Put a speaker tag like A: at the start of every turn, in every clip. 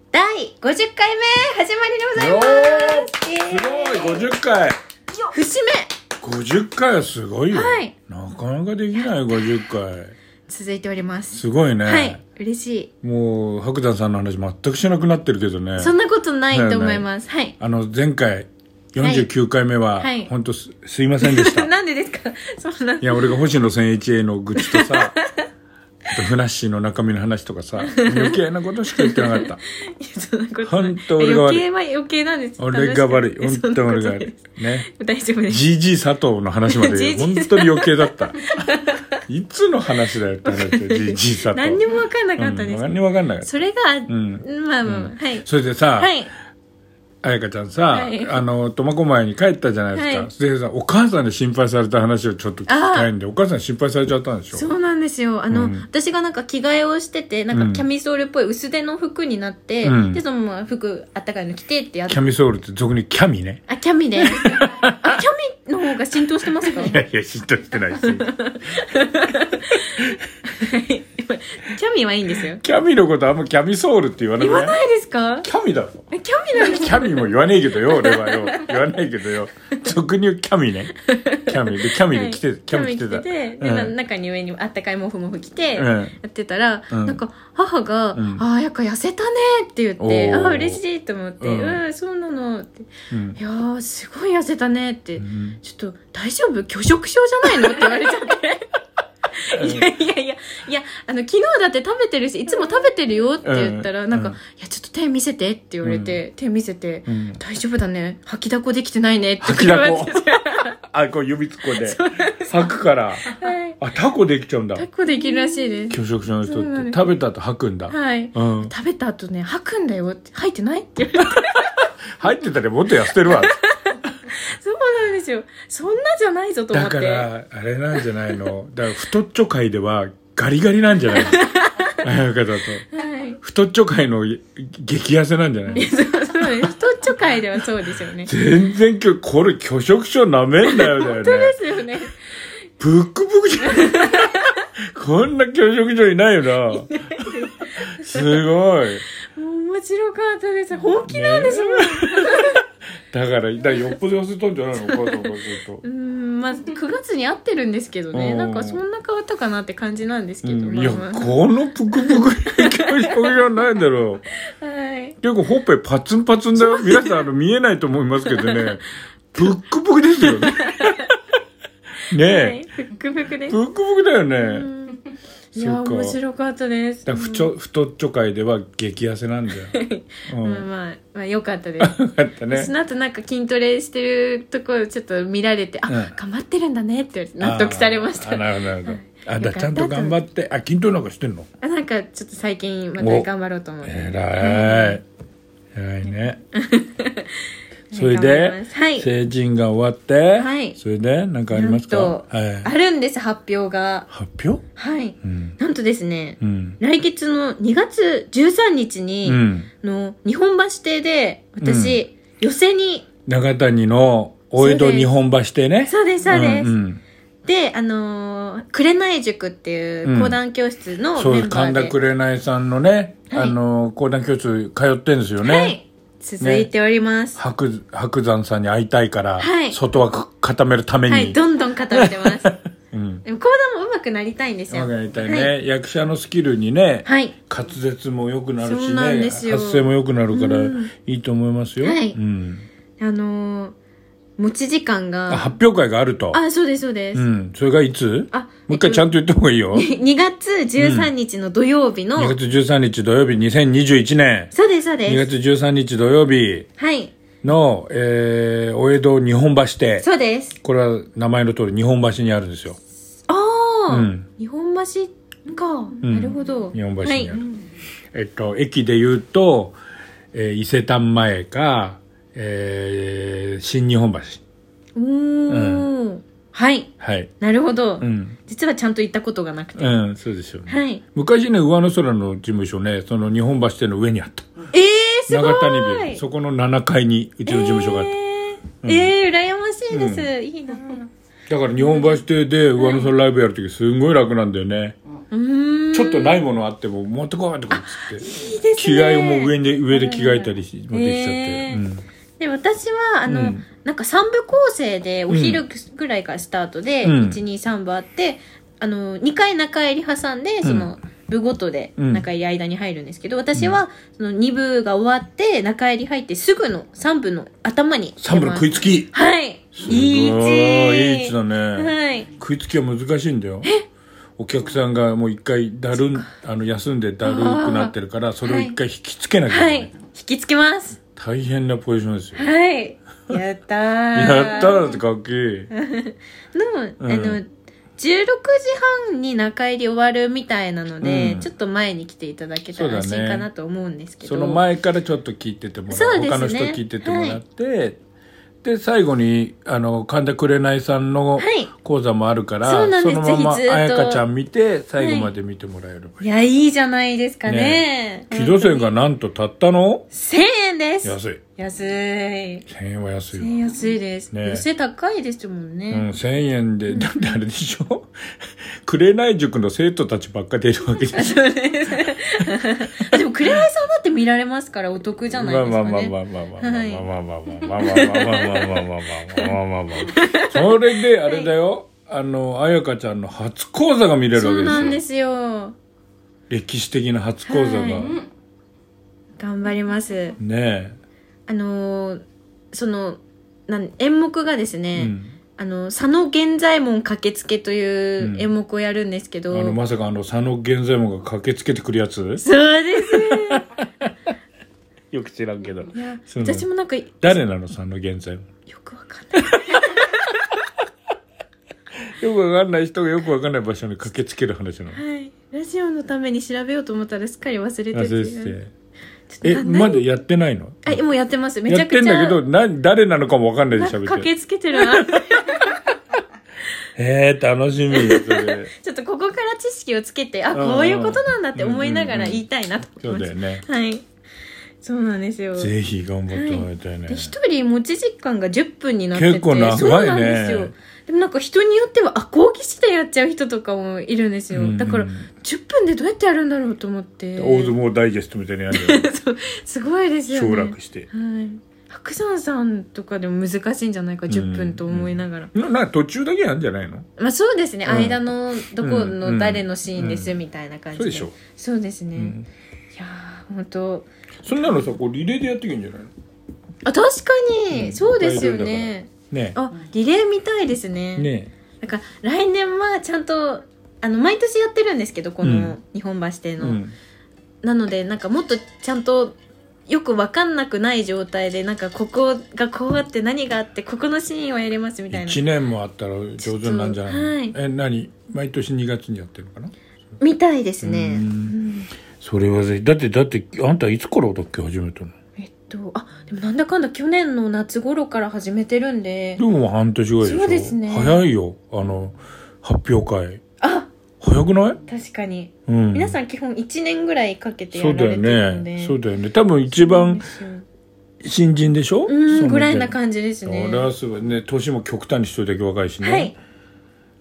A: 50回目始まりでござい
B: よ
A: ますイエーイ
B: すごい50回
A: 節目
B: 50回はすごいよ、
A: はい
B: なかなかできない50回
A: 続いております
B: すごいね、
A: はい嬉しい
B: もう白山さんの話全くしなくなってるけどね
A: そんなことないと思いますはい
B: あの前回49回目は、
A: はい
B: 本当すすいません でしたい
A: なんでですかそんな
B: や俺が星野千一への愚痴とさあとフナッシーの中身の話とかさ余計なことしか言ってなかった
A: いやそんなことない
B: 本当俺が悪
A: 余
B: い
A: 計は余計なんです
B: 俺が悪い
A: 楽し
B: 本
A: くて
B: 当俺
A: そ
B: が
A: んなことないで
B: 悪
A: す
B: いね
A: 大丈夫です
B: GG 佐藤の話まで
A: GG
B: 本当に余計だったいつの話だよって話で GG 佐藤
A: 何にも分かんなかった
B: う
A: で
B: ん
A: す、
B: 何にも分かんない
A: それが、
B: ん
A: まあまあまあ、はい
B: それでさ、
A: はい
B: 彩香ちゃんさ、
A: はい
B: あの苫小牧に帰ったじゃないですか、
A: はい
B: それでさお母さんに心配された話をちょっと聞きたいんでお母さん心配されちゃったんでしょ
A: そうなんですよ。あの、
B: うん
A: 私がなんか着替えをしてて、なん
B: う
A: か
B: ん
A: キャミソールっぽい薄手の服になって、
B: うん
A: で、そのまま服あったかいの着てってやっ
B: キャミソールって俗にキャミね
A: あ、キャミで。あ、キャミの方が浸透してますか
B: いやいや嫉妬してないし
A: キャミはいいんですよ。
B: キャミのことあんまキャミソールって言わない
A: 言わないですか
B: キャミだろ
A: えキャミなんです
B: キャミも言わねえけどよ、俺はよ。言わないけどよ。俗に言うキャミね。キャミで、キャミで来て、
A: キ
B: キ
A: ャ
B: ャ
A: ミ
B: ミ
A: 着
B: 来
A: て
B: てた。
A: て、で、
B: うん
A: な中に上にあったかいモフモフ着て、
B: うん
A: やってたら、
B: うん
A: なんか母が、
B: ん
A: ああ、やっぱ痩せたねって言っ
B: お
A: て、
B: ー
A: ああ、嬉しいと思って、う、
B: うんん
A: そうなのって。
B: うん
A: いやー、すごい痩せたねって、
B: ん
A: ちょっと大丈夫拒食症じゃないのって言われちゃって。 いやいやいや、いや、あの、昨日だって食べてるし、いつも食べてるよって言ったら、
B: うん
A: なんか、
B: うん
A: いや、ちょっと手見せてって言われて、手見せて、
B: うん
A: 大丈夫だね。吐きだこできてないねって
B: 吐き
A: 言わ
B: だ
A: れ
B: こ
A: て。。
B: あ、こう指突っ込んで。吐くから。
A: はい。
B: あ、タコできちゃうんだ。
A: 抱っこできるらしいです。
B: 拒食症の人
A: そうな
B: っ
A: んで
B: て。
A: す
B: 食べた後吐くんだ。
A: はい。
B: うん。
A: 食べた後ね、吐くんだよって、吐いてないって言われて。
B: 入ってたらもっと痩せてるわ。
A: そうなんですよ。そんなじゃないぞと思っ
B: だ
A: て。
B: から、あれなんじゃないの。だから、太っちょ会ではガリガリなんじゃないの綾香だと。
A: はい。
B: 太っちょ会の激痩せなんじゃないの
A: そうそうです。太っちょ会ではそうですよね。
B: 全然今日、これ拒食症なめんなよだよね。
A: 本当ですよね。
B: ブックブクじゃん。 こんな教職所いないよな。すごい。
A: もう面白かったです。本気なんですもん。
B: だから、だからよっぽど痩せたんじゃないのお母さんからすると
A: う。ん、まあ、9月に合ってるんですけどね。
B: うん
A: なんかそんな変わったかなって感じなんですけ
B: う
A: ど。
B: ん、
A: ま
B: いや、
A: あまあ
B: このぷくぷく教職所ないんだろう。
A: はい。
B: 結構ほっぺパツンパツンだよ。皆さん、あの、見えないと思いますけどね。ぷっくぷくで すよね。
A: は
B: ね
A: い。ふっくふく
B: え。
A: です。
B: ぷっくぷくだよ
A: う
B: ね。
A: んいや、
B: そうか
A: 面白かったです。
B: だから不ちょ太っちょ会では激痩せなんだよ。う
A: うん
B: ん。
A: まあ
B: よ
A: まあ、まあ良かったです。
B: かったね
A: そ。の後なんか筋トレしてるところちょっと見られて、あ、
B: うん
A: 頑張ってるんだねって納得されまし
B: あーあ
A: た。
B: なるほどなるほどあ
A: よか
B: だ
A: った
B: ちゃんと頑張ってあ筋トレなんかしてんの
A: あなんかちょっと最近また頑張ろうと思って。
B: えらいえらい ねそれ
A: 頑張り
B: で
A: ますはい
B: 成人が終わって、
A: はい
B: それで何かありますか、は
A: なん
B: い
A: と、あるんです、発表が。
B: 発表
A: はい。
B: うん
A: なんとですね、
B: うん
A: 来月の2月13日に、
B: うん
A: の日本橋邸で、私、寄席に、
B: 中谷の大江戸日本橋でね
A: そうです、そうです。
B: んん
A: で、あのー、紅塾っていう講談教室の
B: そう
A: メ
B: で
A: ンバ
B: す
A: ー
B: 神
A: で、
B: 田紅さんのね、
A: はい
B: あの講談教室通ってんですよね、
A: はい、続いております。
B: 白白山さんに会いたいから、
A: はい
B: 外は固めるために、
A: はい、どんどん固めてます。
B: うん、
A: でも講談も上手くなりたいんですよ。
B: わかりたいね、
A: はい。
B: 役者のスキルにね、
A: はい。
B: 滑舌も良くなる
A: そ
B: し
A: うなん
B: ね
A: ですよ
B: 発声も良くなるから
A: うん
B: いいと思いますよ、
A: はい
B: うん、
A: あのー、持ち時間
B: あ
A: が、
B: 発表会があると
A: あ、そうです、そうです。
B: うん、それがいつ
A: あ、
B: もう一回ちゃんと言った方がいいよ2
A: 2月13日の土曜日の、
B: 月13日土曜日2021年
A: そうです、そう
B: 2
A: です。
B: 月13日土曜日
A: はい。
B: の、えー、お江戸日本橋店
A: そうです。
B: これは名前の通り日本橋にあるんですよ
A: ああ、
B: うん
A: 日本橋か、
B: ん
A: なるほど。
B: 日本橋にあ
A: は
B: る
A: い、
B: えっと、駅で言うと、えー伊勢丹前か、えー新日本橋
A: おー、はい。
B: はい
A: なるほど、
B: うん
A: 実はちゃんと行ったことがなくて。
B: うん、そうでしょうね。
A: はい。
B: 昔ね、上の空の事務所ね、その日本橋店の上にあった。
A: えー、すごい
B: 長谷部、そこの7階にうちの事務所があった。
A: えー
B: ん
A: えー羨ましいです。
B: う
A: いいな。
B: だから日本橋店で上の空ライブやるときすんごい楽なんだよね。
A: うーん。
B: ちょっとないものあっても持ってこいとかっつって
A: いいですね
B: 着替えをもう上で上で着替えたりし持ってきちゃって、
A: へー
B: うん
A: で私はあの、
B: うん
A: なんか3部構成でお昼ぐらいからスタートで、
B: うん
A: 123部あってあの2回中入り挟んでその部ごとで
B: うん
A: 中入り間に入るんですけど、私はその2部が終わって中入り入ってすぐの3部の頭に
B: サンブル食い
A: つ
B: つき
A: はい
B: すごいいい位置だね、
A: はい
B: 食いつきは難しいんだよお客さんがもう一回だるんあの休んでだるくなってるからそれを一回引きつけなきゃいけな、
A: はいい引きつけます
B: 大変なポジションですよ
A: はいやったー
B: やったらってかっけえ
A: の、
B: うん
A: あの16時半に中入り終わるみたいなので、
B: うん
A: ちょっと前に来ていただけたら安
B: そうだ
A: 心
B: ね
A: かなと思うんですけど
B: その前からちょっと聞いててもらう
A: そうですね
B: 他の人聞いててもらって、で最後にあの神田紅さんの
A: はい
B: 講座もあるから、
A: そうなんです
B: のまま
A: ぜひずっと
B: 彩香ちゃん見て最後まで見てもらえればい
A: いやいいじゃないですかね
B: い、木戸線が
A: 本
B: なんとたったの
A: 当に1000円です
B: 安い
A: 安い
B: 1000円は安い
A: 1000
B: わ
A: 円安いです、
B: ね
A: 寄せ高いですもんね、
B: うん、1000円で、だってあれでしょ 紅塾の生徒たちばっか出るわけじゃない
A: そうです。 あでも、紅さんだって見られますからお得じゃないですかね。
B: まあまあまあまあまあまあまあまあまあまあまあまあまあまあまあまあまあまあまあまあまあそれであれだよ、あの彩香ちゃんの初講座が見れる
A: そ
B: わけ
A: う
B: です
A: な
B: よ
A: んですよ。
B: 歴史的な初講座が、
A: はい頑張ります。
B: ね
A: あのーそのなん演目がです
B: え、
A: ね、
B: うん、
A: あの佐野源左衛門駆けつけという演目をやるんですけ
B: あ
A: ど、
B: のまさかあの佐野源左衛門が駆けつけてくるやつ
A: そうです
B: よく知らんけど
A: いや
B: そうなの
A: 私もなんかよ
B: 誰なの佐野源左衛
A: くわかんない
B: 門よくわかんない人がよくわかんない場所に駆けつける話なの
A: はいラジオのために調べようと思ったらすっかり忘れて
B: あ
A: て
B: 先生
A: ちょっ
B: え
A: とな
B: まだやってないの
A: 何あもうやってますめち
B: や
A: ゃ
B: っ
A: く
B: てん
A: ちゃ
B: だけどな誰なのかもわかんないで
A: な
B: 喋っ
A: 駆
B: て
A: けつけてるなち
B: えー、楽しみそれ
A: ょっとここから知識をつけてあ
B: うんうん
A: こういうことなんだって思いながら言いたいなと
B: そ
A: 思
B: う
A: います
B: だよ、ね。
A: はいそうなんですよ
B: ぜひ頑張ってもらいたいね。
A: で一人持ち時間が10分になってて
B: 結構長いね
A: そうなんですよでもなんか人によってはアコーギしてやっちゃう人とかもいるんですよ、
B: うんうん
A: だから10分でどうやってやるんだろうと思って
B: 大相撲ダイジェストみたいなやつを
A: そうすごいですよね
B: 省略して。
A: はい白山さんとかでも難しいんじゃないか10分と思いながら、
B: ななんか途中だけなんじゃないの
A: まあそうですね、
B: うん
A: 間のどこ
B: うんう
A: の
B: ん
A: 誰のシーンですみたいな感じ
B: そうでしょ、
A: そうですね、
B: う
A: い
B: ん。
A: やー本当
B: そんなのさ、こうリレーでやっていけんじゃないの
A: あ確かに、
B: うん
A: そうですよね
B: ね
A: あリレーみたいですね
B: え。ね
A: なんか来年はちゃんとあの毎年やってるんですけどこ
B: う
A: の
B: ん
A: 日本橋
B: え。
A: 店
B: う
A: の、
B: ん。
A: なのでなんかもっとちゃんとよく分かんなくない状態でなんかここがこうあって何があってここのシーンをやりますみたいな
B: 1年もあったら上手になんじゃないの、
A: ちょっと
B: え、何毎年2月にやってるのかな
A: みたいですね、
B: うん
A: うん
B: それはぜひ。だって、だって、あんたいつからだっけ始めたの
A: えっとあでもなんだかんだ去年の夏頃から始めてるんで
B: でも半年ぐらいでしょ
A: そうですね
B: 早いよ。あの、発表会。
A: あ
B: 早くない
A: 確かに
B: うん。
A: 皆さん基本1年ぐらいかけてや
B: そう
A: ら
B: だ
A: れて
B: よ
A: るので、
B: ね。そうだよね。多分一番
A: そうなんですよ
B: 新人でしょ
A: うんぐらいな感じです
B: じ
A: ね
B: 俺はすごいね。年も極端に一人だけ若いしね。
A: はい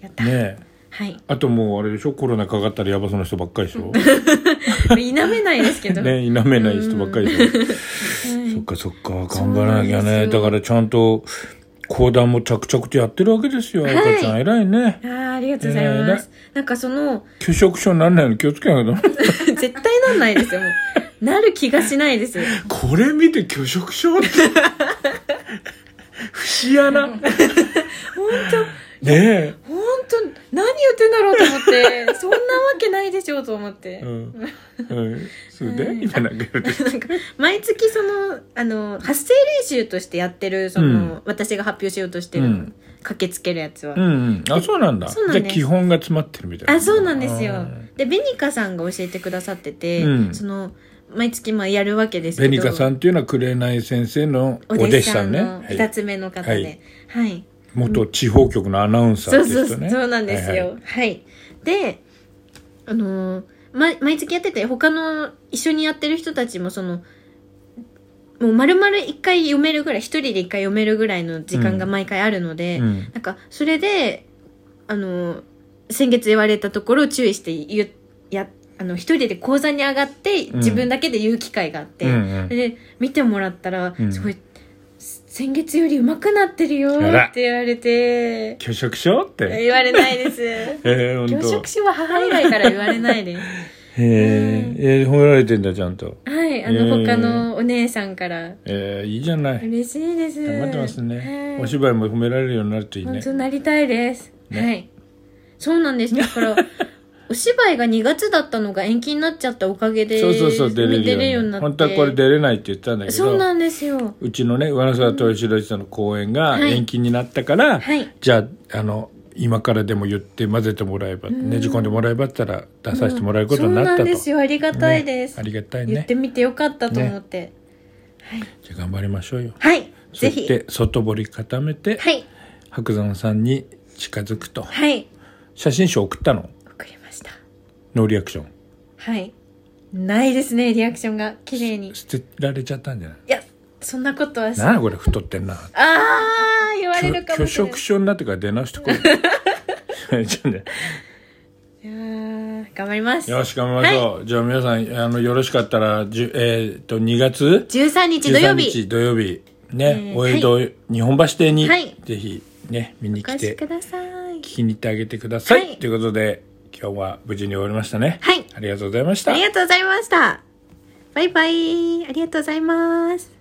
A: やった、
B: ねえ
A: はい
B: あともうあれでしょコロナかかったらヤバそうな人ばっかりでしょ
A: 否めないですけど。
B: ね否めない人ばっかりでしょそっかそっか頑張らなきゃ
A: そうなん
B: ね
A: ですよ
B: だからちゃんと講談も着々とやってるわけですよ
A: はい
B: 赤ちゃん偉いね
A: あーありがとうございます。なんかその、
B: 拒食症になんないように気をつけないと
A: 絶対なんないですよ。もうなる気がしないです。
B: これ見て拒食症って 節穴ね
A: 本当
B: え
A: 本当何言ってんだろうと思って、そんなわけないでしょうと思って。
B: うん、うん、それ
A: う
B: で
A: ん
B: 今なんかやると
A: なんか毎月そのあの発声練習としてやってるその、
B: うん
A: 私が発表しようとしてる、
B: うん
A: 駆けつけるやつは、
B: うんうんあそうなんだ
A: そうなん
B: じ
A: で
B: ゃ
A: す
B: あ基本が詰まってるみたいな
A: あそうなんです
B: あ
A: よでベニカさんが教えてくださってて、
B: うん
A: その毎月まあやるわけで
B: ー
A: すけ
B: ベ
A: ど
B: ニカさんっていうのは紅先生のお
A: お
B: 弟
A: 弟
B: 子
A: 子
B: さ
A: さ
B: ん
A: ん
B: ね
A: の
B: はい
A: 二つ目の方で、
B: はい
A: はい
B: 元地方局のアナウンサー
A: そう
B: です
A: そう
B: よ
A: そう
B: ね
A: なんですよ。はい、で、あのーま、毎月やってて、他の一緒にやってる人たちも、その、もう丸々一回読めるぐらい、一人で一回読めるぐらいの時間が毎回あるので、
B: うん
A: なんか、それで、あのー先月言われたところを注意して言うやあの一人で講座に上がって
B: ん
A: 自分だけで言う機会があって、
B: うんうん
A: で見てもらったら、
B: うん
A: すごい先月より上手くなってるよ
B: あら
A: って言われて
B: 拒食症って
A: 言われないです
B: えー、
A: 教
B: 本当
A: 職種は母以外から言われないです
B: へええー、褒められてんだちゃんと
A: はいあ
B: え
A: の
B: ー
A: 他のお姉さんから
B: えー、いいじゃない
A: 嬉しいです
B: 頑張ってますね、
A: はい
B: お芝居も褒められるようになるといいね
A: 本当なりたいです、
B: ね
A: はいそうなんですだから お芝居が2月だったのが延期になっちゃったおかげで
B: そうそうそう出れるよ,、ね、
A: 出れるようになって
B: 本当はこれ出れないって言ってたんだけど
A: そうなんですよ
B: うちのね上野沢豊志郎さんの公演が
A: はい
B: 延期になったから、
A: はい
B: じゃああの今からでも言って混ぜてもらえば、ねじ込んでもらえばって言ったら出させてもらえることになったと、
A: そうなんですよありがたいです、
B: ねありがたい
A: 言っ
B: ね
A: てみてよかったと思って、
B: じゃあ頑張りましょうよ
A: はい、ぜ
B: そし
A: ひ
B: て外堀固めて、
A: はい
B: 白山さんに近づくと
A: はい
B: 写真集送ったの
A: 送りました
B: ノーリアクション
A: はいないですねリアクションが綺麗にい
B: 捨てられちゃったんじゃない
A: やそんなことはしあ
B: なあこれ太ってんな
A: あー言われるか
B: 拒
A: もしれな
B: 食
A: い
B: 症になってから出直してこい ちょっとね
A: いやー頑張ります
B: よろしくお願いします、じゃあ皆さんあのよろしかったらじゅ、えー、と2月
A: 13日土曜
B: 13
A: 日
B: 日土曜日
A: えー
B: ね、お江戸、日本橋邸に、
A: はい
B: ぜひね見に
A: お
B: 来
A: 越してください
B: 聞きに行ってあげてください、
A: はい
B: ということで今日は無事に終わりましたね、
A: はい
B: ありがとうございました
A: ありがとうございましたバイバイありがとうございます